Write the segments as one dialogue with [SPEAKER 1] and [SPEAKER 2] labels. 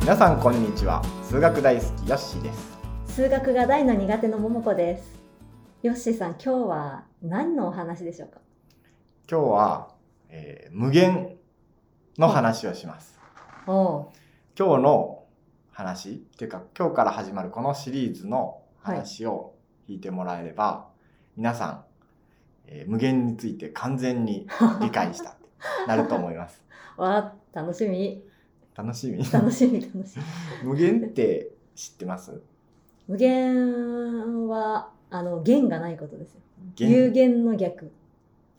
[SPEAKER 1] 皆さんこんにちは数学大好きヨッシーです
[SPEAKER 2] 数学が大の苦手の桃子です。ヨッシーさん、今日は何のお話でしょうか
[SPEAKER 1] 今日は、えー無限の話をします
[SPEAKER 2] お
[SPEAKER 1] 今日の話っていうか今日から始まるこのシリーズの話を聞いてもらえれば、皆さん、えー無限について完全に理解したってなると思います
[SPEAKER 2] お、わあ、楽しみ。
[SPEAKER 1] 楽しみ
[SPEAKER 2] 楽しみ、楽しみ。
[SPEAKER 1] 無限って知ってます
[SPEAKER 2] 無限は、あの、弦がないことですよ。
[SPEAKER 1] 限
[SPEAKER 2] 有限の逆。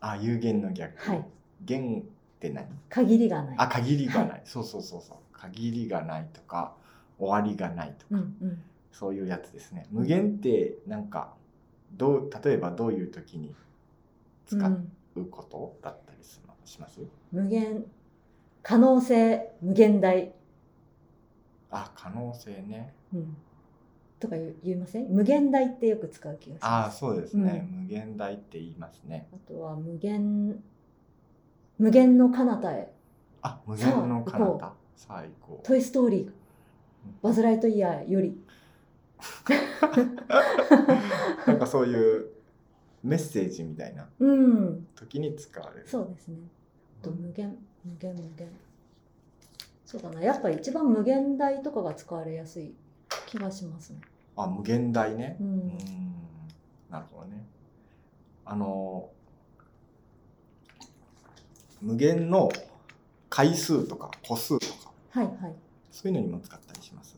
[SPEAKER 1] あ有限の逆、
[SPEAKER 2] はい
[SPEAKER 1] 限って何
[SPEAKER 2] 限りがない。
[SPEAKER 1] あ限りがない そうそうそうそう限りがないとか終わりがないとか、
[SPEAKER 2] うんうん。
[SPEAKER 1] そういうやつですね無限ってなんかどう例えばどういう時に使
[SPEAKER 2] うん
[SPEAKER 1] うことだったりしますします、
[SPEAKER 2] 無限。可能性、無限大。
[SPEAKER 1] あ可能性ね
[SPEAKER 2] うん。とか言う言いません無限大ってよく使う気がし
[SPEAKER 1] あ
[SPEAKER 2] ま
[SPEAKER 1] あ
[SPEAKER 2] す。
[SPEAKER 1] そうですね、
[SPEAKER 2] う
[SPEAKER 1] 無限大って言いますね
[SPEAKER 2] あとは、無限、無限の彼方へ。
[SPEAKER 1] あ無限の彼
[SPEAKER 2] さ
[SPEAKER 1] 方最高
[SPEAKER 2] トイ・ストーリー、バズ・ライトイヤーより。
[SPEAKER 1] なんかそういうメッセージみたいな
[SPEAKER 2] うん、
[SPEAKER 1] 時に使われる
[SPEAKER 2] そうですね。あと無限、無限、無限。そうだな、やっぱ一番無限大とかが使われやすい気がしますね。
[SPEAKER 1] あ無限大ね
[SPEAKER 2] う
[SPEAKER 1] うん
[SPEAKER 2] ん、
[SPEAKER 1] なるほどね。あの無限の回数とか個数とか
[SPEAKER 2] はいはい。
[SPEAKER 1] そういうのにも使ったりします。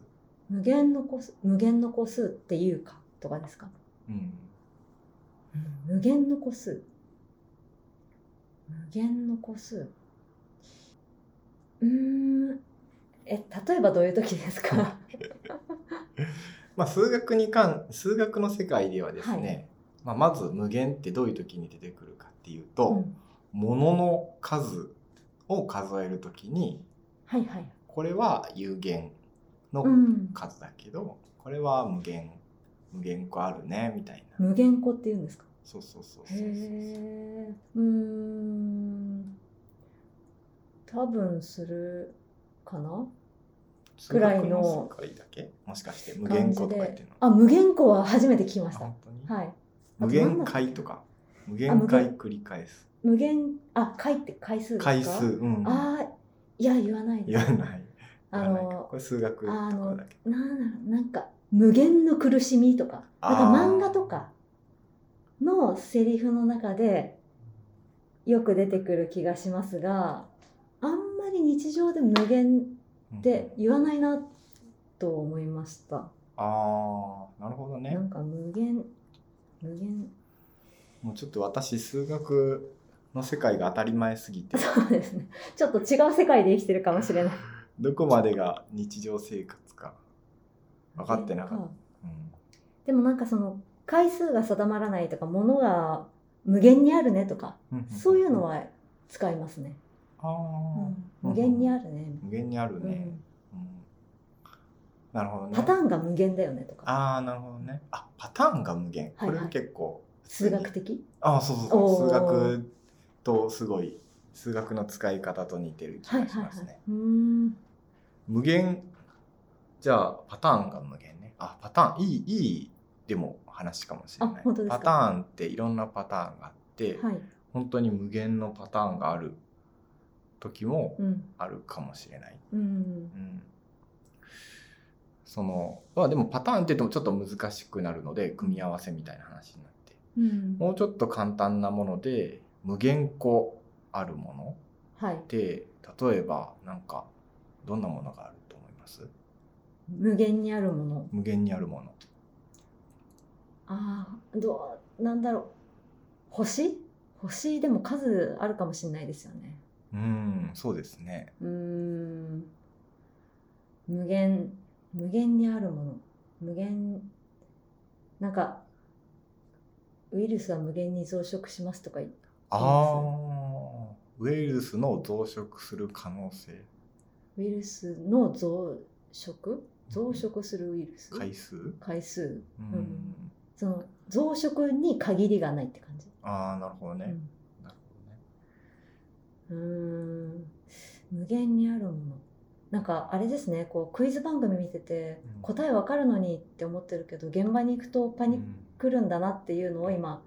[SPEAKER 2] 無限の個数、無限の個数っていうかとかですか。
[SPEAKER 1] うん、
[SPEAKER 2] 無限の個数。無限の個数。うーん。え、例えばどういう時ですか。
[SPEAKER 1] まあ数学に関数学の世界ではですね、まあ、まず無限ってどういう時に出てくるかっていう
[SPEAKER 2] う
[SPEAKER 1] と、
[SPEAKER 2] ん、
[SPEAKER 1] ものの数を数える時に
[SPEAKER 2] はいはい。
[SPEAKER 1] これは有限の
[SPEAKER 2] うん。
[SPEAKER 1] 数だけど、これは無限無限個あるねみたいな。
[SPEAKER 2] 無限個って言うんですか。
[SPEAKER 1] そうそうそうそうそうそう。
[SPEAKER 2] へえうーん多分するかなくらいの
[SPEAKER 1] 数学世界だけもしかして無限個とか言ってるの
[SPEAKER 2] あ無限個は初めて聞きま
[SPEAKER 1] あ
[SPEAKER 2] した
[SPEAKER 1] 本当に、
[SPEAKER 2] はい
[SPEAKER 1] 無限回とか無
[SPEAKER 2] だっけ
[SPEAKER 1] 限回繰り返す
[SPEAKER 2] 無限あ回って回数ですか
[SPEAKER 1] 回数うん
[SPEAKER 2] あーいや言わない
[SPEAKER 1] 言
[SPEAKER 2] です
[SPEAKER 1] わない言わ
[SPEAKER 2] あ
[SPEAKER 1] ないかこ
[SPEAKER 2] の
[SPEAKER 1] れ数学とか
[SPEAKER 2] あの
[SPEAKER 1] だけ
[SPEAKER 2] なんだろうなんか無限の苦しみとかなんか
[SPEAKER 1] あー
[SPEAKER 2] 漫画とかのセリフの中でよく出てくる気がしますがあんまり日常で無限
[SPEAKER 1] うん
[SPEAKER 2] って言わないなと思いました。
[SPEAKER 1] ああなるほどね
[SPEAKER 2] なんか無限無限
[SPEAKER 1] もうちょっと私数学の世界が当たり前すぎ て
[SPEAKER 2] そうですね。ちょっと違う世界で生きてるかもしれない。
[SPEAKER 1] どこまでが日常生活か分かってなかった、うん
[SPEAKER 2] でもなんかその回数が定まらないとか物が無限にあるねとか
[SPEAKER 1] うんん
[SPEAKER 2] そういうのは使いますね。
[SPEAKER 1] あ
[SPEAKER 2] う
[SPEAKER 1] ー
[SPEAKER 2] ん無限にあるね。
[SPEAKER 1] 無限にあるね、うんなるほどね
[SPEAKER 2] パターンが無限だよねとか
[SPEAKER 1] ああなるほどね。あパターンが無限。
[SPEAKER 2] は
[SPEAKER 1] こ
[SPEAKER 2] い
[SPEAKER 1] れは結構
[SPEAKER 2] 数学。的。
[SPEAKER 1] ああそうそうそう。
[SPEAKER 2] おー
[SPEAKER 1] 数学とすごい数学の使い方と似てる気
[SPEAKER 2] は
[SPEAKER 1] が
[SPEAKER 2] いはい
[SPEAKER 1] し
[SPEAKER 2] はい
[SPEAKER 1] ますね。。
[SPEAKER 2] うーん
[SPEAKER 1] 無限じゃあパターンが無限ね。あパターンいいいいでも話かもしれな
[SPEAKER 2] あ
[SPEAKER 1] い。
[SPEAKER 2] 本当ですか
[SPEAKER 1] パターンっていろんなパターンがあって、
[SPEAKER 2] はい。
[SPEAKER 1] 本当に無限のパターンがある時も
[SPEAKER 2] うん
[SPEAKER 1] あるかもしれない。
[SPEAKER 2] うん
[SPEAKER 1] うんそのまあでもパターンって言ってもちょっと難しくなるので組み合わせみたいな話になって
[SPEAKER 2] うん。
[SPEAKER 1] もうちょっと簡単なもので無限個あるもの
[SPEAKER 2] はい。
[SPEAKER 1] で例えばなんかどんなものがあると思います
[SPEAKER 2] 無限にあるもの。
[SPEAKER 1] 無限にあるもの
[SPEAKER 2] ああ、どう、なんだろう。星星でも数あるかもしれないですよね。
[SPEAKER 1] うんそうですね
[SPEAKER 2] うーん。無限、無限にあるもの。無限、なんか、ウイルスは無限に増殖しますとか言う
[SPEAKER 1] ああウイルスの増殖する可能性
[SPEAKER 2] ウイルスの増殖増殖するウイルス
[SPEAKER 1] 回数
[SPEAKER 2] 回数。
[SPEAKER 1] うん、
[SPEAKER 2] んその増殖に限りがないって感じ。
[SPEAKER 1] ああなるほどね、
[SPEAKER 2] うん
[SPEAKER 1] なるほどね
[SPEAKER 2] うーん無限にあるものなんかあれですねこうクイズ番組見てて
[SPEAKER 1] うん
[SPEAKER 2] 答えわかるのにって思ってるけど現場に行くとパニクるんだなっていうのを今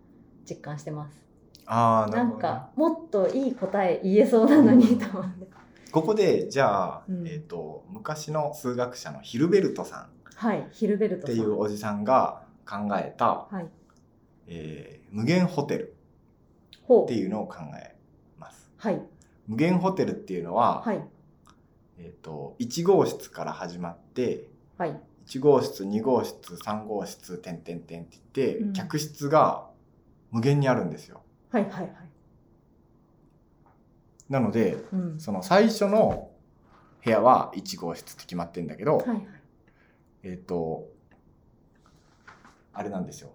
[SPEAKER 2] 実感してます
[SPEAKER 1] ああな
[SPEAKER 2] な
[SPEAKER 1] るほど、
[SPEAKER 2] ん
[SPEAKER 1] ね
[SPEAKER 2] か、もっといい答え言えそうなのに
[SPEAKER 1] うん
[SPEAKER 2] と思って
[SPEAKER 1] ここでじゃあ、
[SPEAKER 2] うん
[SPEAKER 1] えっ、と昔の数学者のヒルベルトさ
[SPEAKER 2] はいヒルベル
[SPEAKER 1] んっ
[SPEAKER 2] ト
[SPEAKER 1] て
[SPEAKER 2] さん
[SPEAKER 1] いうおじさんが考えた、
[SPEAKER 2] はい
[SPEAKER 1] えー無限ホテル
[SPEAKER 2] ほ
[SPEAKER 1] って
[SPEAKER 2] う
[SPEAKER 1] いうのを考えます
[SPEAKER 2] はい
[SPEAKER 1] 無限ホテルっていうのは、
[SPEAKER 2] はい
[SPEAKER 1] えっ、と1号室から始まって
[SPEAKER 2] はい
[SPEAKER 1] 1号室2号室3号室点点点って言って、
[SPEAKER 2] うん
[SPEAKER 1] 客室が無限にあるんですよ
[SPEAKER 2] はいはいはい
[SPEAKER 1] なので
[SPEAKER 2] うん
[SPEAKER 1] その最初の部屋は1号室って決まってんだけど、
[SPEAKER 2] はいはい
[SPEAKER 1] えっ、とあれなんですよ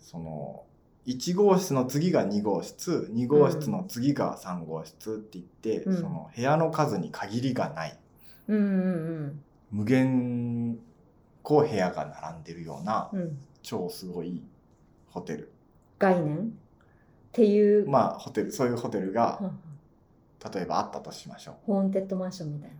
[SPEAKER 1] その1号室の次が2号室2号室の次が3号室って言って、
[SPEAKER 2] うん
[SPEAKER 1] その部屋の数に限りがない
[SPEAKER 2] うんうん
[SPEAKER 1] 無限こう部屋が並んでるような
[SPEAKER 2] うんうん
[SPEAKER 1] 超すごいホテル
[SPEAKER 2] 概念っていう、
[SPEAKER 1] まあホテルそういうホテルが
[SPEAKER 2] うんうん
[SPEAKER 1] 例えばあったとしましょう
[SPEAKER 2] ホーンテッドマンションみたいな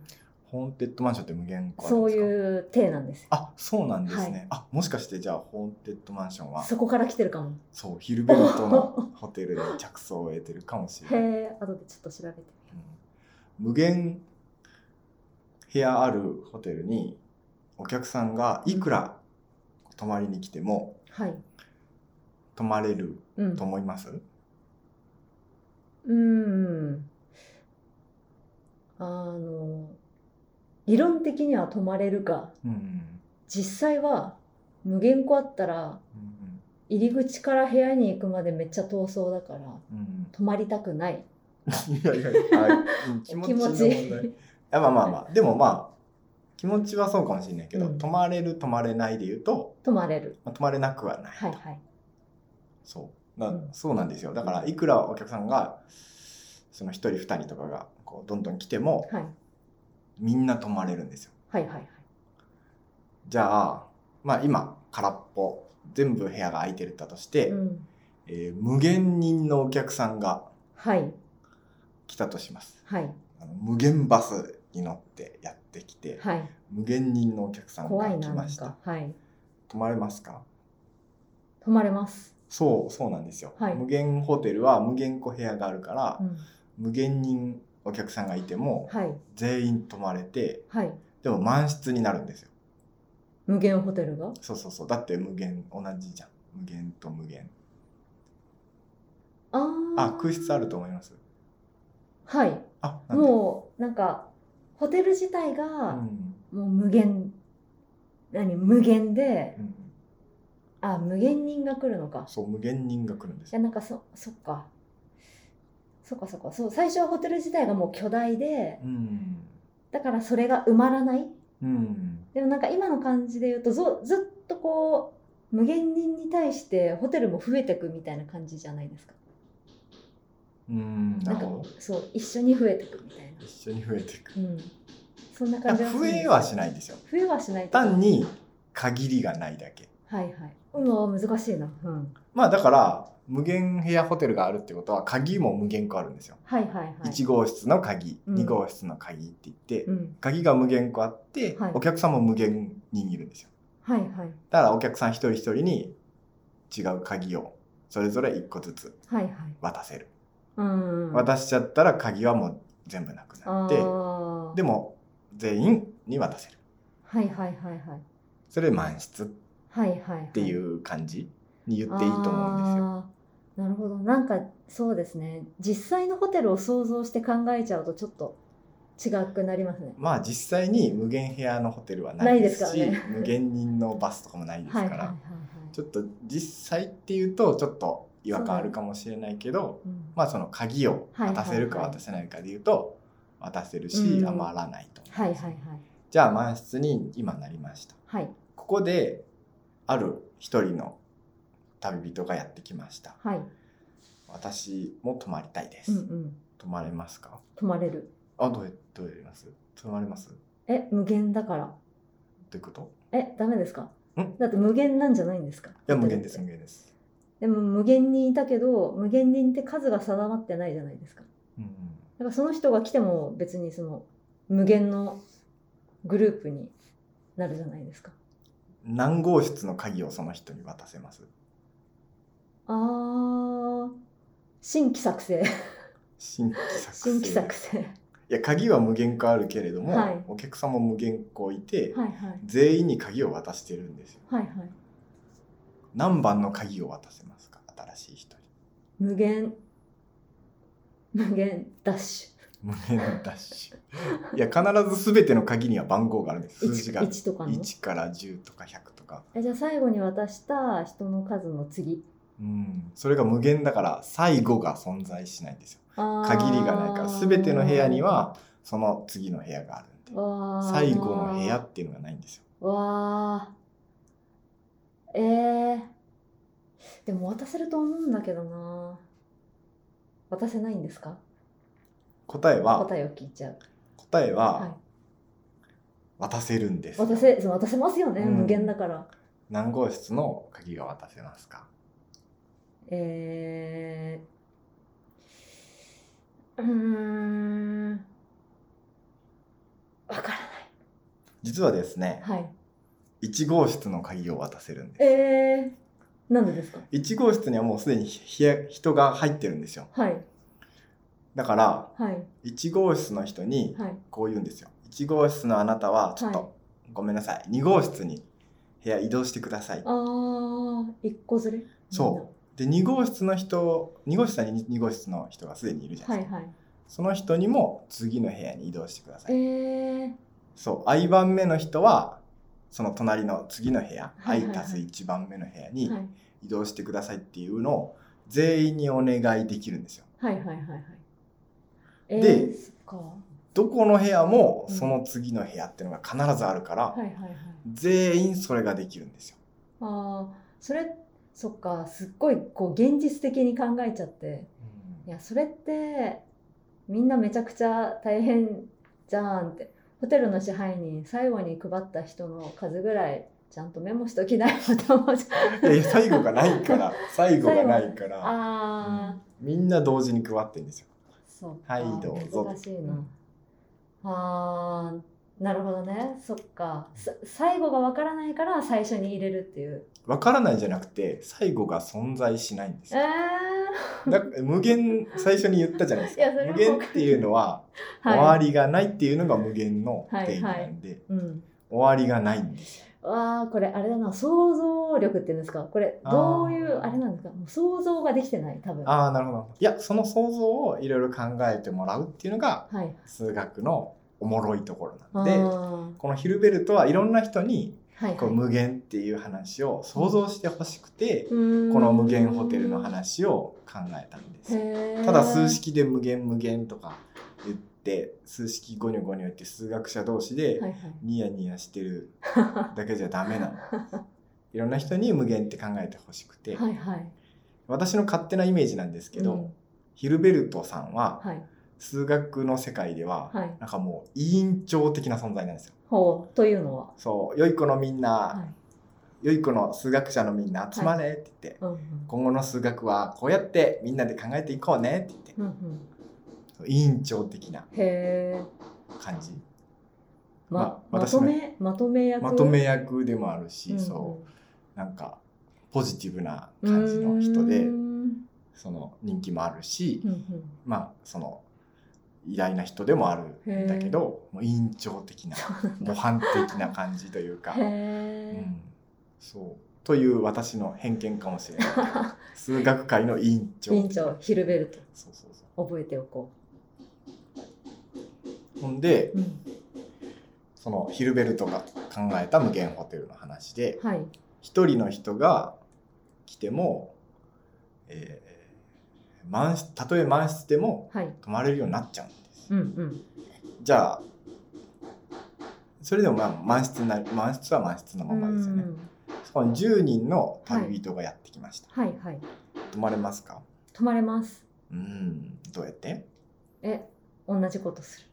[SPEAKER 2] ホ
[SPEAKER 1] ホーンテッドマンションって無限個あるん
[SPEAKER 2] そう
[SPEAKER 1] ですか
[SPEAKER 2] いう体なんですよ
[SPEAKER 1] あそうなんですね、
[SPEAKER 2] は
[SPEAKER 1] あもしかしてじゃあホーンテッドマンションは
[SPEAKER 2] そこから来てるかも
[SPEAKER 1] そうヒルベルト のホテルで着想を得てるかもしれ
[SPEAKER 2] へ
[SPEAKER 1] ない、うん
[SPEAKER 2] え後でちょっと調べてみよ
[SPEAKER 1] 無限部屋あるホテルにお客さんがいくら泊まりに来ても
[SPEAKER 2] うはい
[SPEAKER 1] 泊まれる
[SPEAKER 2] うん
[SPEAKER 1] と思います、
[SPEAKER 2] うんあの理論的には泊まれるが
[SPEAKER 1] うんうん
[SPEAKER 2] 実際は無限個あったら
[SPEAKER 1] うん
[SPEAKER 2] 入り口から部屋に行くまでめっちゃ遠そうだから
[SPEAKER 1] うんうん
[SPEAKER 2] 泊まりたくない
[SPEAKER 1] いやいやいや、 あうん気持ちの問題。
[SPEAKER 2] 気持ちいい
[SPEAKER 1] いやまあまあ まあ、でもまあ、気持ちはそうかもしれないけど、
[SPEAKER 2] うん
[SPEAKER 1] 泊まれる、泊まれないで言うと、
[SPEAKER 2] 泊まれる
[SPEAKER 1] まあ、泊まれなくはないと。
[SPEAKER 2] はいはい
[SPEAKER 1] そうな
[SPEAKER 2] うん
[SPEAKER 1] そうなんですよ。だから、いくらお客さんが、その一人、二人とかが、こう、どんどん来ても、
[SPEAKER 2] はい
[SPEAKER 1] みんな泊まれるんですよ。
[SPEAKER 2] はいはいはい
[SPEAKER 1] じゃあ、まあ今、空っぽ、全部部屋が空いてるだとして、
[SPEAKER 2] うん
[SPEAKER 1] えー無限人のお客さんが
[SPEAKER 2] はい
[SPEAKER 1] 来たとします。
[SPEAKER 2] はい
[SPEAKER 1] あの無限バスに乗ってやってきて、
[SPEAKER 2] はい
[SPEAKER 1] 無限人のお客さん
[SPEAKER 2] 怖
[SPEAKER 1] が
[SPEAKER 2] い
[SPEAKER 1] 来
[SPEAKER 2] なな
[SPEAKER 1] ま
[SPEAKER 2] ん
[SPEAKER 1] した
[SPEAKER 2] か。はい
[SPEAKER 1] 泊まれますか
[SPEAKER 2] 泊まれます
[SPEAKER 1] そうそうなんですよ、
[SPEAKER 2] はい
[SPEAKER 1] 無限ホテルは無限個部屋があるから、
[SPEAKER 2] うん
[SPEAKER 1] 無限人お客さんがいても
[SPEAKER 2] はい
[SPEAKER 1] 全員泊まれて
[SPEAKER 2] はい
[SPEAKER 1] でも満室になるんですよ
[SPEAKER 2] 無限ホテルが
[SPEAKER 1] そうそうそうだって無限同じじゃん無限と無限
[SPEAKER 2] あー
[SPEAKER 1] あ空室あると思います
[SPEAKER 2] はい
[SPEAKER 1] あなんで
[SPEAKER 2] もうなんかホテル自体
[SPEAKER 1] う
[SPEAKER 2] が
[SPEAKER 1] ん
[SPEAKER 2] もう無限何無限で
[SPEAKER 1] うん、
[SPEAKER 2] あ無限人が来るのか
[SPEAKER 1] そう無限人が来るんで
[SPEAKER 2] い
[SPEAKER 1] す
[SPEAKER 2] や
[SPEAKER 1] よ
[SPEAKER 2] なんかそそっかそっかそっかそう最初はホテル自体がもう巨大で
[SPEAKER 1] うん
[SPEAKER 2] だからそれが埋まらない
[SPEAKER 1] うん
[SPEAKER 2] でもなんか今の感じで言うとぞずっとこう無限人に対してホテルも増えてくみたいな感じじゃないですか
[SPEAKER 1] うんな
[SPEAKER 2] な
[SPEAKER 1] る
[SPEAKER 2] んか
[SPEAKER 1] ほど
[SPEAKER 2] そう一緒に増えてくみたいな
[SPEAKER 1] 一緒に増えていく
[SPEAKER 2] うんそんない
[SPEAKER 1] や
[SPEAKER 2] 感じ
[SPEAKER 1] 増えはし
[SPEAKER 2] い
[SPEAKER 1] ないんですよ
[SPEAKER 2] 増えはしないと
[SPEAKER 1] 単に限りがないだけ
[SPEAKER 2] はいはい。うわ難しいな。うん。
[SPEAKER 1] まあだから無限部屋ホテルがあるってことは鍵も無限個あるんですよ。
[SPEAKER 2] はいはいはい。
[SPEAKER 1] 1号室の鍵、
[SPEAKER 2] うん
[SPEAKER 1] 2号室の鍵って言って、
[SPEAKER 2] うん。
[SPEAKER 1] 鍵が無限個あって、
[SPEAKER 2] はい
[SPEAKER 1] お客さんも無限人いるんですよ。
[SPEAKER 2] はいはい。
[SPEAKER 1] だからお客さん一人一人に違う鍵をそれぞれ1個ずつ
[SPEAKER 2] はいはい。
[SPEAKER 1] 渡せる。
[SPEAKER 2] うん。
[SPEAKER 1] 渡しちゃったら鍵はもう全部なくな
[SPEAKER 2] あ
[SPEAKER 1] って、
[SPEAKER 2] ー
[SPEAKER 1] でも全員に渡せる。
[SPEAKER 2] はいはいはいはい。
[SPEAKER 1] それ満室っ
[SPEAKER 2] はいはいはい。って
[SPEAKER 1] いうう感じに言っていいと思うんですよ。
[SPEAKER 2] よ。なるほど。なんかそうですね。実際のホテルを想像して考えちゃうとちょっと違くなりますね。
[SPEAKER 1] まあ実際に無限部屋のホテルはないですし
[SPEAKER 2] ないですからね
[SPEAKER 1] 無限人のバスとかもないですか
[SPEAKER 2] はい
[SPEAKER 1] ら、
[SPEAKER 2] はいはいはい。
[SPEAKER 1] ちょっと実際っていうとちょっと違和感あるかもしれないけど、
[SPEAKER 2] うん
[SPEAKER 1] まあその鍵を渡せるか
[SPEAKER 2] はいはいは
[SPEAKER 1] 渡
[SPEAKER 2] い
[SPEAKER 1] せないかでいうと渡せるし、
[SPEAKER 2] うん
[SPEAKER 1] 余らないと思
[SPEAKER 2] はい
[SPEAKER 1] うん
[SPEAKER 2] はい
[SPEAKER 1] ですよ
[SPEAKER 2] はい。
[SPEAKER 1] じゃあ満室に今なりました
[SPEAKER 2] はい
[SPEAKER 1] ここである一人の旅人がやってきました
[SPEAKER 2] はい。
[SPEAKER 1] 私も泊まりたいです、
[SPEAKER 2] うんうん。
[SPEAKER 1] 泊まれますか
[SPEAKER 2] 泊まれる。
[SPEAKER 1] あどうやどうやります泊まれますど
[SPEAKER 2] え無限だから。
[SPEAKER 1] ういうこと
[SPEAKER 2] えダメですか
[SPEAKER 1] ん。
[SPEAKER 2] だって無限なんじゃないんですか。い
[SPEAKER 1] いや無限です無限です
[SPEAKER 2] でも無限にいたけど無限人って数が定まってないじゃないですか
[SPEAKER 1] うん
[SPEAKER 2] だからその人が来ても別にその無限のグループになるじゃないですか。
[SPEAKER 1] 何号室の鍵をその人に渡せます
[SPEAKER 2] あー新規作成
[SPEAKER 1] 新規作成
[SPEAKER 2] 新規作成
[SPEAKER 1] いや鍵は無限化あるけれども、
[SPEAKER 2] はい
[SPEAKER 1] お客さんも無限個いて、
[SPEAKER 2] はいはい
[SPEAKER 1] 全員に鍵を渡してるんですよ
[SPEAKER 2] はいはい
[SPEAKER 1] 何番の鍵を渡せますか新しい人に
[SPEAKER 2] 無限無限ダッシ
[SPEAKER 1] 無限ダッシュいや必ず全ての鍵には番号があるんです
[SPEAKER 2] ュ
[SPEAKER 1] 数字がある
[SPEAKER 2] 1, とかの
[SPEAKER 1] 1から10とか100とか
[SPEAKER 2] えじゃあ最後に渡した人の数の次
[SPEAKER 1] うんそれが無限だから最後が存在しないんですよ限
[SPEAKER 2] 限
[SPEAKER 1] りがないから全ての部屋にはその次の部屋があるんで最後の部屋っていうのがないんですよ
[SPEAKER 2] わーえー、でも渡せると思うんだけどな渡せないんですか
[SPEAKER 1] 答えは
[SPEAKER 2] 答えを聞いちゃう
[SPEAKER 1] 答え
[SPEAKER 2] はい
[SPEAKER 1] は渡せるんです、
[SPEAKER 2] 渡せそう渡せますよね、
[SPEAKER 1] うん
[SPEAKER 2] 無限だから
[SPEAKER 1] 何号室の鍵が渡せますか
[SPEAKER 2] えー、うーんわから
[SPEAKER 1] 実はですね
[SPEAKER 2] ないはい
[SPEAKER 1] 1号室の鍵を渡せるんです
[SPEAKER 2] えー、なんでですか
[SPEAKER 1] 1号室にはもうすでに部屋人が入ってるんですよ
[SPEAKER 2] はい
[SPEAKER 1] だから
[SPEAKER 2] はい
[SPEAKER 1] 1号室の人に
[SPEAKER 2] はい
[SPEAKER 1] こう言うんですよ1号室のあなたはちょっ
[SPEAKER 2] はい
[SPEAKER 1] とごめんなさい2号室に部屋移動してください
[SPEAKER 2] あー一個ずれ
[SPEAKER 1] そで2号室の人2号室は2号室の人がすでにいるじゃ
[SPEAKER 2] は
[SPEAKER 1] ない
[SPEAKER 2] い
[SPEAKER 1] ですか、
[SPEAKER 2] はい
[SPEAKER 1] その人にも次の部屋に移動してくださ
[SPEAKER 2] え
[SPEAKER 1] い
[SPEAKER 2] ー、
[SPEAKER 1] そう i 番目の人はその隣の次の部屋、
[SPEAKER 2] はいはいはい
[SPEAKER 1] i 足す1番目の部屋に
[SPEAKER 2] はい
[SPEAKER 1] 移動してくださいっていうのを全員にお願いできるんですよ
[SPEAKER 2] はいはいはいはい。え
[SPEAKER 1] で
[SPEAKER 2] ー、そっか。は
[SPEAKER 1] どこの部屋もその次の部屋っていうのが必ずあるから、
[SPEAKER 2] いはいはい。
[SPEAKER 1] 全員それができるんですよ
[SPEAKER 2] ああ、それ、そっか、すっごいこう現実的に考えちゃって。いや、それって、みんなめちゃくちゃ大変じゃんって。ホテルの支配人、最後に配った人の数ぐらい、ちゃんとメモしときないよと思っちゃう。
[SPEAKER 1] いやいや最後がないから最後がないから、
[SPEAKER 2] ああ、
[SPEAKER 1] うんみんな同時に配ってるんですよ
[SPEAKER 2] そっか。
[SPEAKER 1] はいどうぞ
[SPEAKER 2] 難しいな。ああ、なるほどね。そっか。さ最後がわからないから最初に入れるっていう。
[SPEAKER 1] わからないじゃなくて最後が存在しないんです
[SPEAKER 2] えー
[SPEAKER 1] よだ無限最初に言ったじゃないです
[SPEAKER 2] いやそれ
[SPEAKER 1] か
[SPEAKER 2] は
[SPEAKER 1] 無限っていうのは
[SPEAKER 2] はい、
[SPEAKER 1] 終わりがないっていうのが無限の
[SPEAKER 2] はい
[SPEAKER 1] 定義なんで、
[SPEAKER 2] うん。
[SPEAKER 1] 終わりがないんですよ
[SPEAKER 2] わあこれあれだな想像力っていうんですかこれ
[SPEAKER 1] あー
[SPEAKER 2] どういうあれなんですかもう想像ができてない多分は
[SPEAKER 1] ああなるほどいやその想像をいろいろ考えてもらうっていうのが
[SPEAKER 2] い
[SPEAKER 1] 数学のおもろいところ
[SPEAKER 2] あ
[SPEAKER 1] な
[SPEAKER 2] ー
[SPEAKER 1] んでこのヒルベルトはいろんな人に
[SPEAKER 2] はい
[SPEAKER 1] こう
[SPEAKER 2] はい
[SPEAKER 1] 無限っていう話を想像してほしくて、
[SPEAKER 2] うーん
[SPEAKER 1] この無限ホテルの話を考えたんですよ
[SPEAKER 2] へー
[SPEAKER 1] ただ数式で無限無限とか言って数式ゴニョゴニョ言って数学者同士で
[SPEAKER 2] はいはい
[SPEAKER 1] ニヤニヤしてるだけじゃダメなの いろんな人に無限って考えてほしくて、
[SPEAKER 2] はいはい
[SPEAKER 1] 私の勝手なイメージなん ですけど、
[SPEAKER 2] うん
[SPEAKER 1] ヒルベルトさんは
[SPEAKER 2] はい
[SPEAKER 1] 数学の世界では
[SPEAKER 2] はい
[SPEAKER 1] なんかもう委員長的な存在なんですよ。
[SPEAKER 2] ほうというのは
[SPEAKER 1] そう良い子のみんな、
[SPEAKER 2] は
[SPEAKER 1] 良い子の数学者のみんな集まれって言って、
[SPEAKER 2] うんうん
[SPEAKER 1] 今後の数学はこうやってみんなで考えていこうねって言って
[SPEAKER 2] うんうん
[SPEAKER 1] そう委員長的な
[SPEAKER 2] へえ
[SPEAKER 1] 感じ
[SPEAKER 2] ま
[SPEAKER 1] ま
[SPEAKER 2] ま
[SPEAKER 1] 私の
[SPEAKER 2] とめまとめ役
[SPEAKER 1] まとめ役でもあるし、
[SPEAKER 2] うんうん
[SPEAKER 1] そうなんかポジティブな感じの人で
[SPEAKER 2] うーん
[SPEAKER 1] その人気もあるし、
[SPEAKER 2] うんうん
[SPEAKER 1] まあその偉大な人でもあるんだけどもう委員長的な
[SPEAKER 2] そうなん
[SPEAKER 1] 模
[SPEAKER 2] だ
[SPEAKER 1] 範的な感じというか、
[SPEAKER 2] へ
[SPEAKER 1] う
[SPEAKER 2] え
[SPEAKER 1] ん、そうという私の偏見かもしれない数学界の委員長
[SPEAKER 2] 委員長ヒルベル
[SPEAKER 1] そうそうそ
[SPEAKER 2] ト覚えておこ
[SPEAKER 1] うほんで
[SPEAKER 2] う、うん、
[SPEAKER 1] そのヒルベルトが考えた無限ホテルの話で
[SPEAKER 2] はい
[SPEAKER 1] 一人の人が来ても、えー満室たとえ満室でも
[SPEAKER 2] はい。
[SPEAKER 1] 泊まれるようになっちゃうんです
[SPEAKER 2] うんうん。
[SPEAKER 1] じゃあそれでもまあ満室にな満室は満室のままですよね
[SPEAKER 2] う。ん
[SPEAKER 1] そこに10人の旅人がやってきました。
[SPEAKER 2] はいはい。
[SPEAKER 1] 泊まれますか
[SPEAKER 2] 泊まれます。
[SPEAKER 1] うんどうやって
[SPEAKER 2] え、同じことする。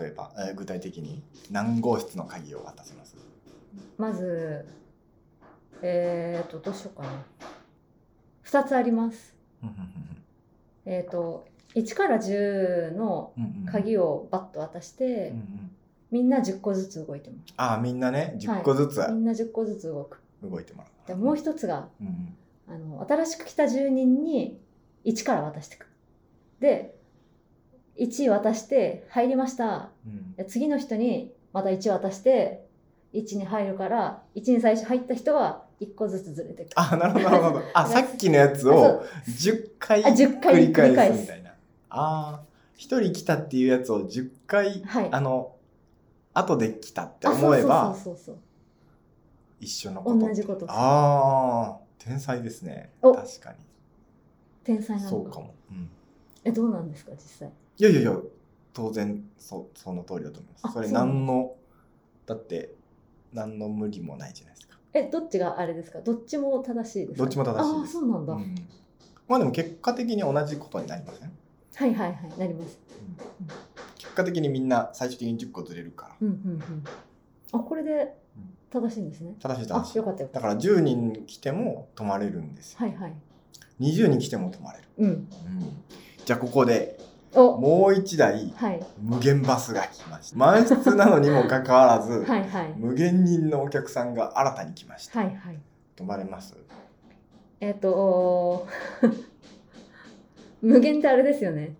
[SPEAKER 1] 例えば、えー具体的に何号室の鍵を渡せます
[SPEAKER 2] まず、えっ、ー、と、どうしようかな。二つあります。
[SPEAKER 1] うんうん
[SPEAKER 2] えっ、ー、と、1から10の
[SPEAKER 1] うんうんうん
[SPEAKER 2] 鍵をバッと渡して、
[SPEAKER 1] うんうん
[SPEAKER 2] みんな10個ずつ動いてます
[SPEAKER 1] ああみんなね10個ずつ
[SPEAKER 2] みんな10個ずつ動く
[SPEAKER 1] 動いてもらう、
[SPEAKER 2] でもう一つが
[SPEAKER 1] うん
[SPEAKER 2] あの新しく来た住人に1から渡していくで1渡して入りました
[SPEAKER 1] うん
[SPEAKER 2] で次の人にまた1渡して1に入るから1に最初入った人は1個ずつずれていく
[SPEAKER 1] ああなるほどなるほ どあ
[SPEAKER 2] だ
[SPEAKER 1] さっきのやつを10回
[SPEAKER 2] あ10回
[SPEAKER 1] 繰り
[SPEAKER 2] 繰り
[SPEAKER 1] 返
[SPEAKER 2] 返
[SPEAKER 1] す
[SPEAKER 2] す
[SPEAKER 1] みたいなああ1人来たっていうやつを10回、
[SPEAKER 2] はい
[SPEAKER 1] あの後で来たって
[SPEAKER 2] あそう
[SPEAKER 1] 思えば
[SPEAKER 2] そうそうそう
[SPEAKER 1] 一緒のこ
[SPEAKER 2] そう
[SPEAKER 1] と
[SPEAKER 2] 同じこと
[SPEAKER 1] ああ天才ですね
[SPEAKER 2] お
[SPEAKER 1] 確か
[SPEAKER 2] 天才
[SPEAKER 1] に
[SPEAKER 2] な
[SPEAKER 1] そ
[SPEAKER 2] の
[SPEAKER 1] う
[SPEAKER 2] か
[SPEAKER 1] かも、うん、
[SPEAKER 2] えどうなんですか実際
[SPEAKER 1] いやいやいや当然そその通りだと思いま
[SPEAKER 2] あ
[SPEAKER 1] すそれ
[SPEAKER 2] そうなの
[SPEAKER 1] 何のだって何の無理もないじゃないですか、
[SPEAKER 2] えどっちがあれですかどっちも正しいですか
[SPEAKER 1] どっちも正しい
[SPEAKER 2] あ
[SPEAKER 1] で
[SPEAKER 2] あ
[SPEAKER 1] す
[SPEAKER 2] そうなんだ、
[SPEAKER 1] うんまあでも結果的に同じことになりません
[SPEAKER 2] はいはいはいなります
[SPEAKER 1] 結果的にみんな最終的に10個ずれるから
[SPEAKER 2] うんうんうんあこれで正しいんですね
[SPEAKER 1] 正しい
[SPEAKER 2] あ
[SPEAKER 1] 正しい
[SPEAKER 2] よかったよか
[SPEAKER 1] だ
[SPEAKER 2] っ
[SPEAKER 1] から10人来ても泊まれるんですよ
[SPEAKER 2] たはいはい
[SPEAKER 1] 20人来ても泊まれる、
[SPEAKER 2] うん
[SPEAKER 1] うんじゃあここで
[SPEAKER 2] お
[SPEAKER 1] もう1台
[SPEAKER 2] はい
[SPEAKER 1] 無限バスが来ました満室なのにもかかわらず、
[SPEAKER 2] はいはい
[SPEAKER 1] 無限人のお客さんが新たに来ました、
[SPEAKER 2] はいはい
[SPEAKER 1] 泊まれます
[SPEAKER 2] えっ、と おー無限ってあれですよね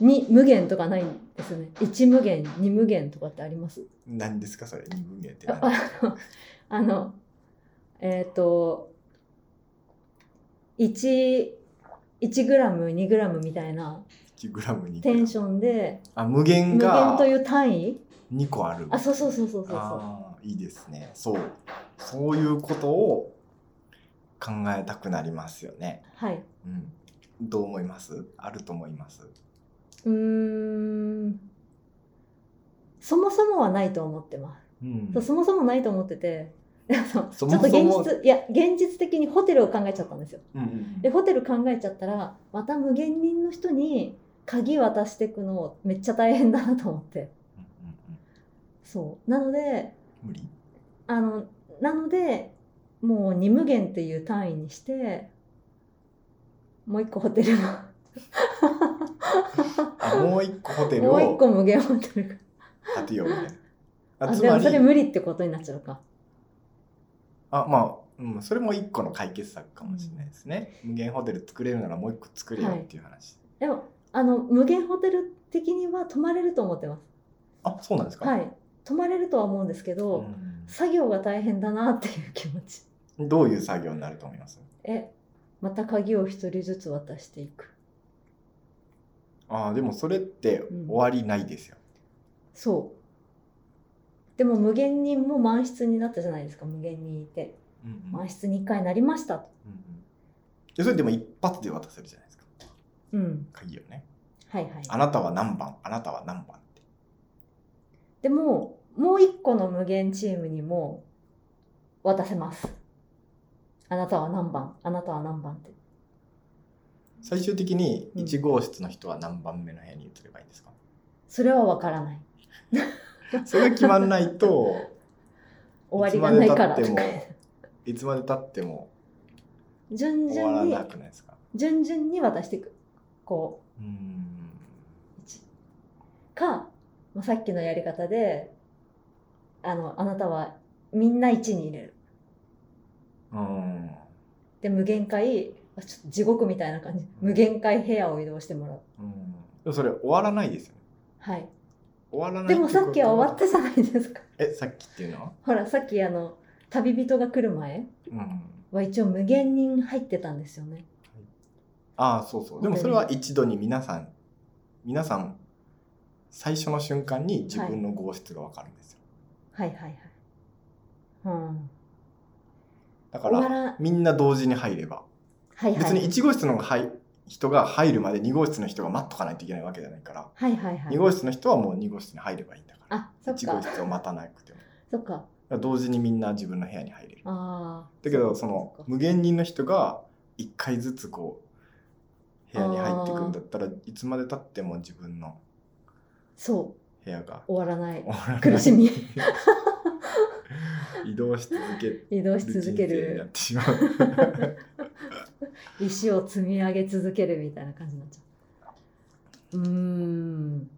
[SPEAKER 2] に無限とかないんですよね一無限二無限とかってあります
[SPEAKER 1] 何ですかそれ二無限って
[SPEAKER 2] あ
[SPEAKER 1] 何
[SPEAKER 2] あのえっ、と1 1グラム2グラムみたいな
[SPEAKER 1] 1グラムに
[SPEAKER 2] テンションで
[SPEAKER 1] あ無
[SPEAKER 2] 無
[SPEAKER 1] 限
[SPEAKER 2] 限
[SPEAKER 1] が
[SPEAKER 2] という単位
[SPEAKER 1] 2個ある
[SPEAKER 2] あそうそうそうそうそうそう
[SPEAKER 1] あーいいですねそうそういうことを考えたくなりますよね、
[SPEAKER 2] はい
[SPEAKER 1] うん、どう思いますあると思います
[SPEAKER 2] うーんそもそもはないと思ってます、
[SPEAKER 1] うん
[SPEAKER 2] そうそもそもないと思ってていやそう
[SPEAKER 1] そもそも
[SPEAKER 2] ちょっと現実いや現実的にホテルを考えちゃったんですよ
[SPEAKER 1] うんうん
[SPEAKER 2] でホテル考えちゃったらまた無限人の人に鍵渡してくのめっちゃ大変だなと思って
[SPEAKER 1] うんうん
[SPEAKER 2] そうなので
[SPEAKER 1] 無理
[SPEAKER 2] あのなのでもう二無限っていう単位にしてもう一個ホテルを
[SPEAKER 1] あもう一個ホテル
[SPEAKER 2] もう一
[SPEAKER 1] を
[SPEAKER 2] 個無限ホテル
[SPEAKER 1] 建てようみたいな
[SPEAKER 2] が
[SPEAKER 1] あ
[SPEAKER 2] あ
[SPEAKER 1] つ
[SPEAKER 2] で
[SPEAKER 1] ま
[SPEAKER 2] もそ
[SPEAKER 1] り
[SPEAKER 2] れ無理ってことになっちゃうか
[SPEAKER 1] あまあ、うん、それも一個の解決策かもしれないですね、無限ホテル作れるならもう一個作れよっていう話、
[SPEAKER 2] でもあの無限ホテル的には泊まれると思ってます
[SPEAKER 1] あそうなんですか
[SPEAKER 2] はい泊まれるとは思うんですけど、作業が大変だなっていう気持ち
[SPEAKER 1] うんどういう作業になると思います
[SPEAKER 2] えまた鍵を一人ずつ渡していく
[SPEAKER 1] あーでもそれって
[SPEAKER 2] うん
[SPEAKER 1] 終わりないですよ、
[SPEAKER 2] そうでも無限人も満室になったじゃないですか無限人いて満室に1回なりましたと
[SPEAKER 1] うんうんでそれでも一発で渡せるじゃないですか
[SPEAKER 2] うん
[SPEAKER 1] 鍵をね
[SPEAKER 2] はいはい
[SPEAKER 1] あなたは何番あなたは何番って
[SPEAKER 2] でももう1個の無限チームにも渡せますあなたは何番あなたは何番って
[SPEAKER 1] 最終的に
[SPEAKER 2] うん
[SPEAKER 1] 1号室の人は何番目の部屋に移ればいいんですか、
[SPEAKER 2] それは分からない
[SPEAKER 1] それが決まんない と
[SPEAKER 2] 終わりがないから
[SPEAKER 1] いつ
[SPEAKER 2] と
[SPEAKER 1] ま
[SPEAKER 2] か
[SPEAKER 1] で経っていつまでたっても
[SPEAKER 2] 順
[SPEAKER 1] 終わ
[SPEAKER 2] 々
[SPEAKER 1] ら
[SPEAKER 2] に
[SPEAKER 1] なくないですか
[SPEAKER 2] 順々に渡していくこ
[SPEAKER 1] うーん
[SPEAKER 2] うかまあさっきのやり方であのあなたはみんな1に入れる
[SPEAKER 1] うーん
[SPEAKER 2] で無限回あちょっと地獄みたいな感じ無限回部屋を移動してもらう
[SPEAKER 1] うんでもそれ終わらないですよね
[SPEAKER 2] はい
[SPEAKER 1] 終わらない
[SPEAKER 2] でもさっきは終わったじゃないですか
[SPEAKER 1] たえさっきっていうのは
[SPEAKER 2] ほらさっきあの旅人が来る前
[SPEAKER 1] うん
[SPEAKER 2] は一応無限人入ってたんですよね
[SPEAKER 1] ああそうそうでも
[SPEAKER 2] ホテルに
[SPEAKER 1] それは一度に皆さん皆さん最初の瞬間に自分の号室が分かるんですよ、
[SPEAKER 2] はいはいはい、うん、
[SPEAKER 1] だか
[SPEAKER 2] 終わ
[SPEAKER 1] ら
[SPEAKER 2] ら
[SPEAKER 1] みんな同時に入れば
[SPEAKER 2] はいは
[SPEAKER 1] 別に
[SPEAKER 2] い
[SPEAKER 1] 1号室のが入人が入るまで2号室の人が待っとかないといけないわけじゃないから、
[SPEAKER 2] はいはいは
[SPEAKER 1] 2
[SPEAKER 2] い
[SPEAKER 1] 号室の人はもう2号室に入ればいいんだから
[SPEAKER 2] あそっ
[SPEAKER 1] 1号
[SPEAKER 2] か
[SPEAKER 1] 室を待たなくてもだか
[SPEAKER 2] そっから
[SPEAKER 1] 同時にみんな自分の部屋に入れる
[SPEAKER 2] あー
[SPEAKER 1] だけど
[SPEAKER 2] っ
[SPEAKER 1] そ
[SPEAKER 2] か
[SPEAKER 1] の
[SPEAKER 2] っか
[SPEAKER 1] 無限人の人が1回ずつこう部屋に入ってくんだったらいつまでたっても自分の
[SPEAKER 2] そ
[SPEAKER 1] 部屋が
[SPEAKER 2] う終わらない
[SPEAKER 1] 終わらない
[SPEAKER 2] 苦しみ
[SPEAKER 1] 移動し続ける
[SPEAKER 2] 移動し
[SPEAKER 1] 人
[SPEAKER 2] 続け
[SPEAKER 1] 生に なっ
[SPEAKER 2] る
[SPEAKER 1] てしまう
[SPEAKER 2] 石を積み上げ続けるみたいな感じになっちゃううーん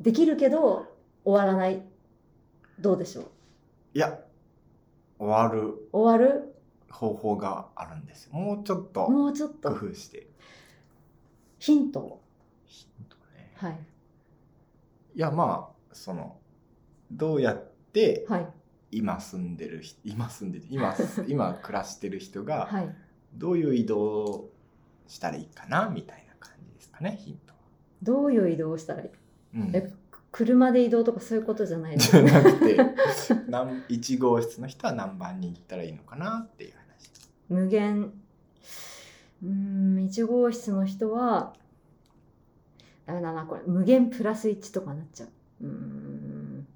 [SPEAKER 2] できるけど終わらないどうでしょう
[SPEAKER 1] いや終わる
[SPEAKER 2] 終わる
[SPEAKER 1] 方法があるんですよもうちょっと
[SPEAKER 2] もうちょっ
[SPEAKER 1] 工
[SPEAKER 2] と
[SPEAKER 1] 夫して、
[SPEAKER 2] ヒントを
[SPEAKER 1] ヒントね
[SPEAKER 2] はい
[SPEAKER 1] いやまあそのどうやって
[SPEAKER 2] はい
[SPEAKER 1] 今住んでる人今住んでる 今今暮らしてる人が
[SPEAKER 2] はい
[SPEAKER 1] どういう移動をしたらいいかなみたいな感じですかねヒントは。
[SPEAKER 2] どういう移動をしたらいい
[SPEAKER 1] うん
[SPEAKER 2] え車で移動とかそういうことじゃない で
[SPEAKER 1] じゃ
[SPEAKER 2] すね
[SPEAKER 1] なくてなん1号室の人は何番に行ったらいいのかなっていう話
[SPEAKER 2] 無限うーん1号室の人はダメだなこれ無限プラス1とかなっちゃううーん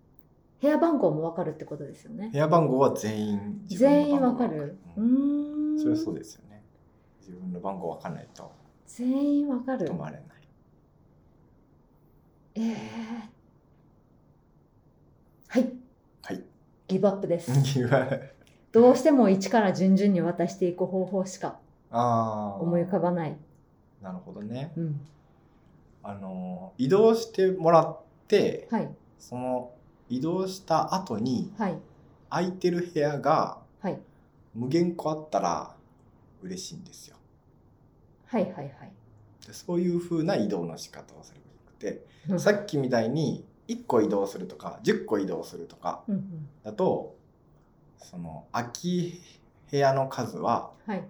[SPEAKER 2] 部屋番号も分かるってことですよね
[SPEAKER 1] 部屋番号は全員自分の
[SPEAKER 2] 全員
[SPEAKER 1] 番
[SPEAKER 2] 分
[SPEAKER 1] 号が
[SPEAKER 2] かるう
[SPEAKER 1] う
[SPEAKER 2] ー
[SPEAKER 1] ん
[SPEAKER 2] ん
[SPEAKER 1] それはそうですよね自分の番号分かんないと
[SPEAKER 2] 全員分かる
[SPEAKER 1] 泊まれない
[SPEAKER 2] えー、はい
[SPEAKER 1] はい
[SPEAKER 2] ギブアップです
[SPEAKER 1] 言わ
[SPEAKER 2] どうしても1から順々に渡していく方法しか
[SPEAKER 1] あー
[SPEAKER 2] 思い浮かばない、
[SPEAKER 1] なるほどね
[SPEAKER 2] うん、
[SPEAKER 1] あの移動してもらって
[SPEAKER 2] はい
[SPEAKER 1] その移動した後に
[SPEAKER 2] はい
[SPEAKER 1] 空いてる部屋が
[SPEAKER 2] はい
[SPEAKER 1] 無限個あったら嬉しいんですよ
[SPEAKER 2] はいはいはい
[SPEAKER 1] でそういう風な移動の仕方をすればよくて
[SPEAKER 2] うん
[SPEAKER 1] さっきみたいに1個移動するとか10個移動するとか
[SPEAKER 2] うんうん
[SPEAKER 1] だとその空き部屋の数は
[SPEAKER 2] はい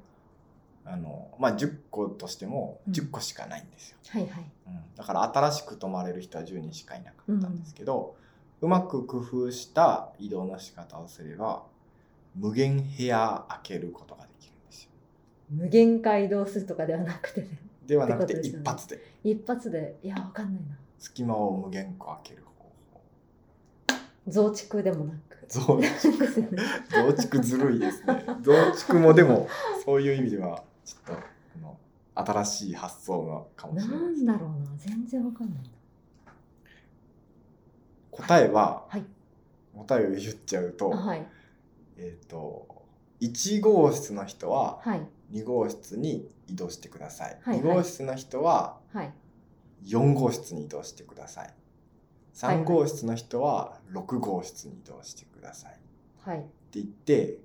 [SPEAKER 1] あの、まあ、10個としても
[SPEAKER 2] うん
[SPEAKER 1] 10個しかないんですよ、
[SPEAKER 2] はいはい
[SPEAKER 1] うんだから新しく泊まれる人は10人しかいなかったんですけど、うまく工夫した移動の仕方をすれば無限部屋開けることができるんですよ。
[SPEAKER 2] 無限回移動するとかではなくてね
[SPEAKER 1] ではなくて
[SPEAKER 2] ってことです
[SPEAKER 1] 一
[SPEAKER 2] よね
[SPEAKER 1] 発で
[SPEAKER 2] 一発でいやわかんないな
[SPEAKER 1] 隙間を無限個開ける方法
[SPEAKER 2] 増築でもなく
[SPEAKER 1] 増築
[SPEAKER 2] ですよね
[SPEAKER 1] 増築ずるいですね増築もでもそういう意味ではちょっとあの新しい発想なのかも
[SPEAKER 2] な
[SPEAKER 1] しれないです
[SPEAKER 2] んだろうな全然わかんないな
[SPEAKER 1] 答えは、
[SPEAKER 2] はい
[SPEAKER 1] 答えを言っちゃうと,、
[SPEAKER 2] あはい
[SPEAKER 1] えっと1号室の人は
[SPEAKER 2] はい
[SPEAKER 1] 2号室に移動してください、
[SPEAKER 2] はいはい
[SPEAKER 1] 2号室の人は
[SPEAKER 2] はい
[SPEAKER 1] 4号室に移動してください
[SPEAKER 2] はい
[SPEAKER 1] 3
[SPEAKER 2] はい
[SPEAKER 1] 号室の人は6号室に移動してくださいっ
[SPEAKER 2] はい
[SPEAKER 1] て言って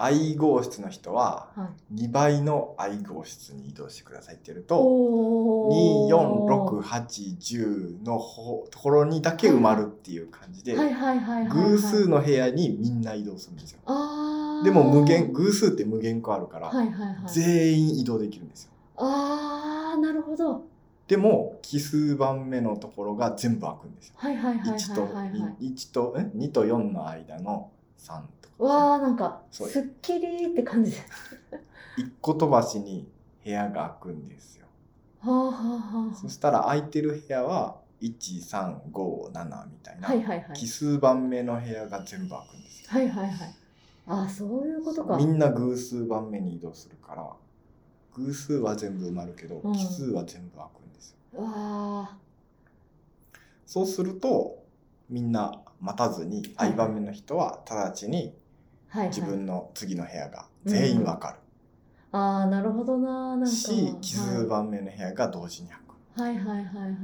[SPEAKER 1] 愛号室の人は
[SPEAKER 2] はい
[SPEAKER 1] 2倍の愛号室に移動してくださいってやると
[SPEAKER 2] おー
[SPEAKER 1] 24680のほところにだけ埋まるっていう感じで、
[SPEAKER 2] はいはいはいはいはい
[SPEAKER 1] 偶数の部屋にみんな移動するんですよ
[SPEAKER 2] あー
[SPEAKER 1] でも無限偶数って無限個あるから、
[SPEAKER 2] はいはいはい
[SPEAKER 1] 全員移動できるんですよ
[SPEAKER 2] あーなるほど
[SPEAKER 1] でも奇数番目のところが全部開くんですよ
[SPEAKER 2] はいはいはいはい
[SPEAKER 1] 1と
[SPEAKER 2] はいはい
[SPEAKER 1] 1とん2と4の間の3と
[SPEAKER 2] わ
[SPEAKER 1] か
[SPEAKER 2] あなんか
[SPEAKER 1] そう
[SPEAKER 2] すっきりって感じで
[SPEAKER 1] 1個飛ばしに部屋が開くんですよ
[SPEAKER 2] はあはあは
[SPEAKER 1] そしたら空いてる部屋は1357みたい
[SPEAKER 2] あ
[SPEAKER 1] な、
[SPEAKER 2] はいはいはい
[SPEAKER 1] 奇数番目の部屋が全部開くんですよ
[SPEAKER 2] はいはいはいあーそういうことか
[SPEAKER 1] みんな偶数番目に移動するから偶数は全部埋まるけど、
[SPEAKER 2] うん
[SPEAKER 1] 奇数は全部開くんですよ
[SPEAKER 2] わあ
[SPEAKER 1] そうするとみんな待たずに
[SPEAKER 2] はい
[SPEAKER 1] 相番目の人は直ちに
[SPEAKER 2] はいはい
[SPEAKER 1] 自分の次の部屋が全員わか
[SPEAKER 2] ああなるほどななん
[SPEAKER 1] る
[SPEAKER 2] か
[SPEAKER 1] し奇数番目の部屋が同時に開く
[SPEAKER 2] はいはいはいはいはいはい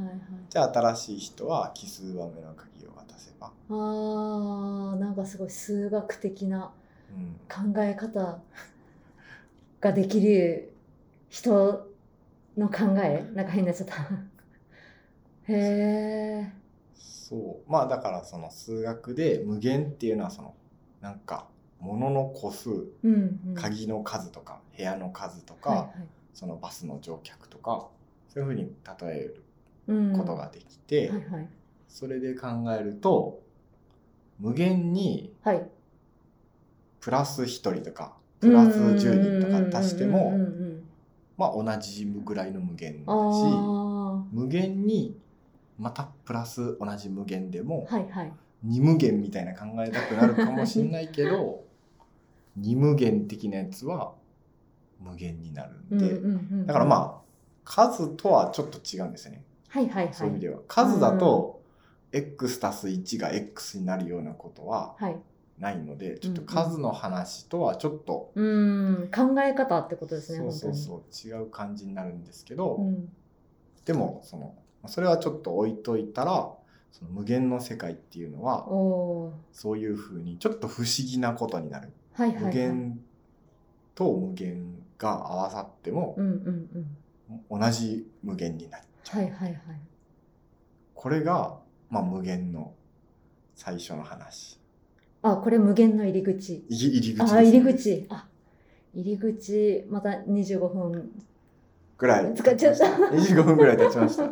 [SPEAKER 1] じゃあ新しい人は奇数番目の鍵を渡せば、
[SPEAKER 2] あーなんかすごい数学的な
[SPEAKER 1] うん、
[SPEAKER 2] 考え方ができる人の考えなんか変になっちゃ ったへえ
[SPEAKER 1] そうまあだからその数学で無限っていうのはそのなんか物の個数
[SPEAKER 2] うん、うん、
[SPEAKER 1] 鍵の数とか部屋の数とか、
[SPEAKER 2] はいはい
[SPEAKER 1] そのバスの乗客とかそういうふうに例える
[SPEAKER 2] うん
[SPEAKER 1] ことができて、
[SPEAKER 2] はいはい
[SPEAKER 1] それで考えると無限に
[SPEAKER 2] はい
[SPEAKER 1] プラス1人とかプラス10人とか足して
[SPEAKER 2] うんうん
[SPEAKER 1] も、
[SPEAKER 2] うんうんうん
[SPEAKER 1] まあ、同じぐらいの無限だし
[SPEAKER 2] あ
[SPEAKER 1] 無限にまたプラス同じ無限でも
[SPEAKER 2] あはいはい
[SPEAKER 1] 二無限みたいな考えたくなるかもしれないけ ど二無限的なやつは無限になるんで、
[SPEAKER 2] うんうんうん
[SPEAKER 1] だからまあ数とはちょっと違うんですよね、
[SPEAKER 2] はいはいはい
[SPEAKER 1] そういう意味では数だと x たす1が x になるようなことは
[SPEAKER 2] はい
[SPEAKER 1] ないのでちょっと数の話とはちょっと、
[SPEAKER 2] うーん考え方ってことですね
[SPEAKER 1] そうそう
[SPEAKER 2] 本
[SPEAKER 1] そう違う感じになるんですけど、
[SPEAKER 2] 当にうん
[SPEAKER 1] でもそのそれはちょっと置いといたらその無限の世界っていうのは
[SPEAKER 2] おー
[SPEAKER 1] そういうふうにちょっと不思議なことになる、
[SPEAKER 2] はいはいはい
[SPEAKER 1] 無限と無限が合わさっても
[SPEAKER 2] うんうんうん
[SPEAKER 1] 同じ無限になる
[SPEAKER 2] はいはいはい
[SPEAKER 1] これが、まあ、無限の最初の話
[SPEAKER 2] あこれ無限の入り口
[SPEAKER 1] 入り入り口
[SPEAKER 2] あ
[SPEAKER 1] です
[SPEAKER 2] 入り口あ入り口また25分
[SPEAKER 1] ぐらい
[SPEAKER 2] 使っちゃった
[SPEAKER 1] 25分ぐらい経ちま した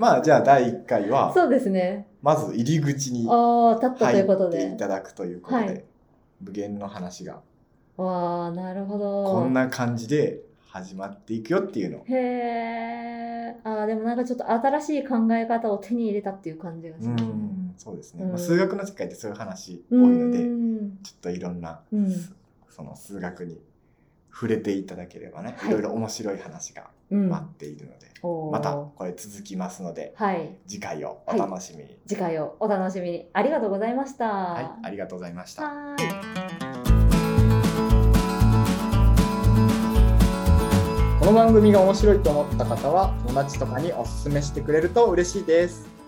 [SPEAKER 1] まあじゃあ第1回は
[SPEAKER 2] そうですね
[SPEAKER 1] まず入り口に
[SPEAKER 2] ああ立ったということ
[SPEAKER 1] 入って
[SPEAKER 2] で
[SPEAKER 1] いただくということで、
[SPEAKER 2] はい
[SPEAKER 1] 無限の話が
[SPEAKER 2] わあなるほど
[SPEAKER 1] こんな感じで始まっていくよっていうのを、
[SPEAKER 2] へえあーでもなんかちょっと新しい考え方を手に入れたっていう感じがし
[SPEAKER 1] う
[SPEAKER 2] ますね
[SPEAKER 1] んそうですね、
[SPEAKER 2] うん
[SPEAKER 1] まあ、数学の世界ってそういう話多
[SPEAKER 2] う
[SPEAKER 1] い
[SPEAKER 2] ん
[SPEAKER 1] のでちょっといろんな、
[SPEAKER 2] うん
[SPEAKER 1] その数学に触れていただければね、
[SPEAKER 2] はい
[SPEAKER 1] い、ろいろ面白い話が
[SPEAKER 2] うん
[SPEAKER 1] 待っているので、
[SPEAKER 2] おー
[SPEAKER 1] またこれ続きますので
[SPEAKER 2] はい
[SPEAKER 1] 次回をお楽しみに、
[SPEAKER 2] 次回をお楽しみにありがとうございました
[SPEAKER 1] はい
[SPEAKER 2] は
[SPEAKER 1] ありがとうございました。
[SPEAKER 2] ーい
[SPEAKER 1] この番組が面白いと思った方は友達とかにおすすめしてくれると嬉しいです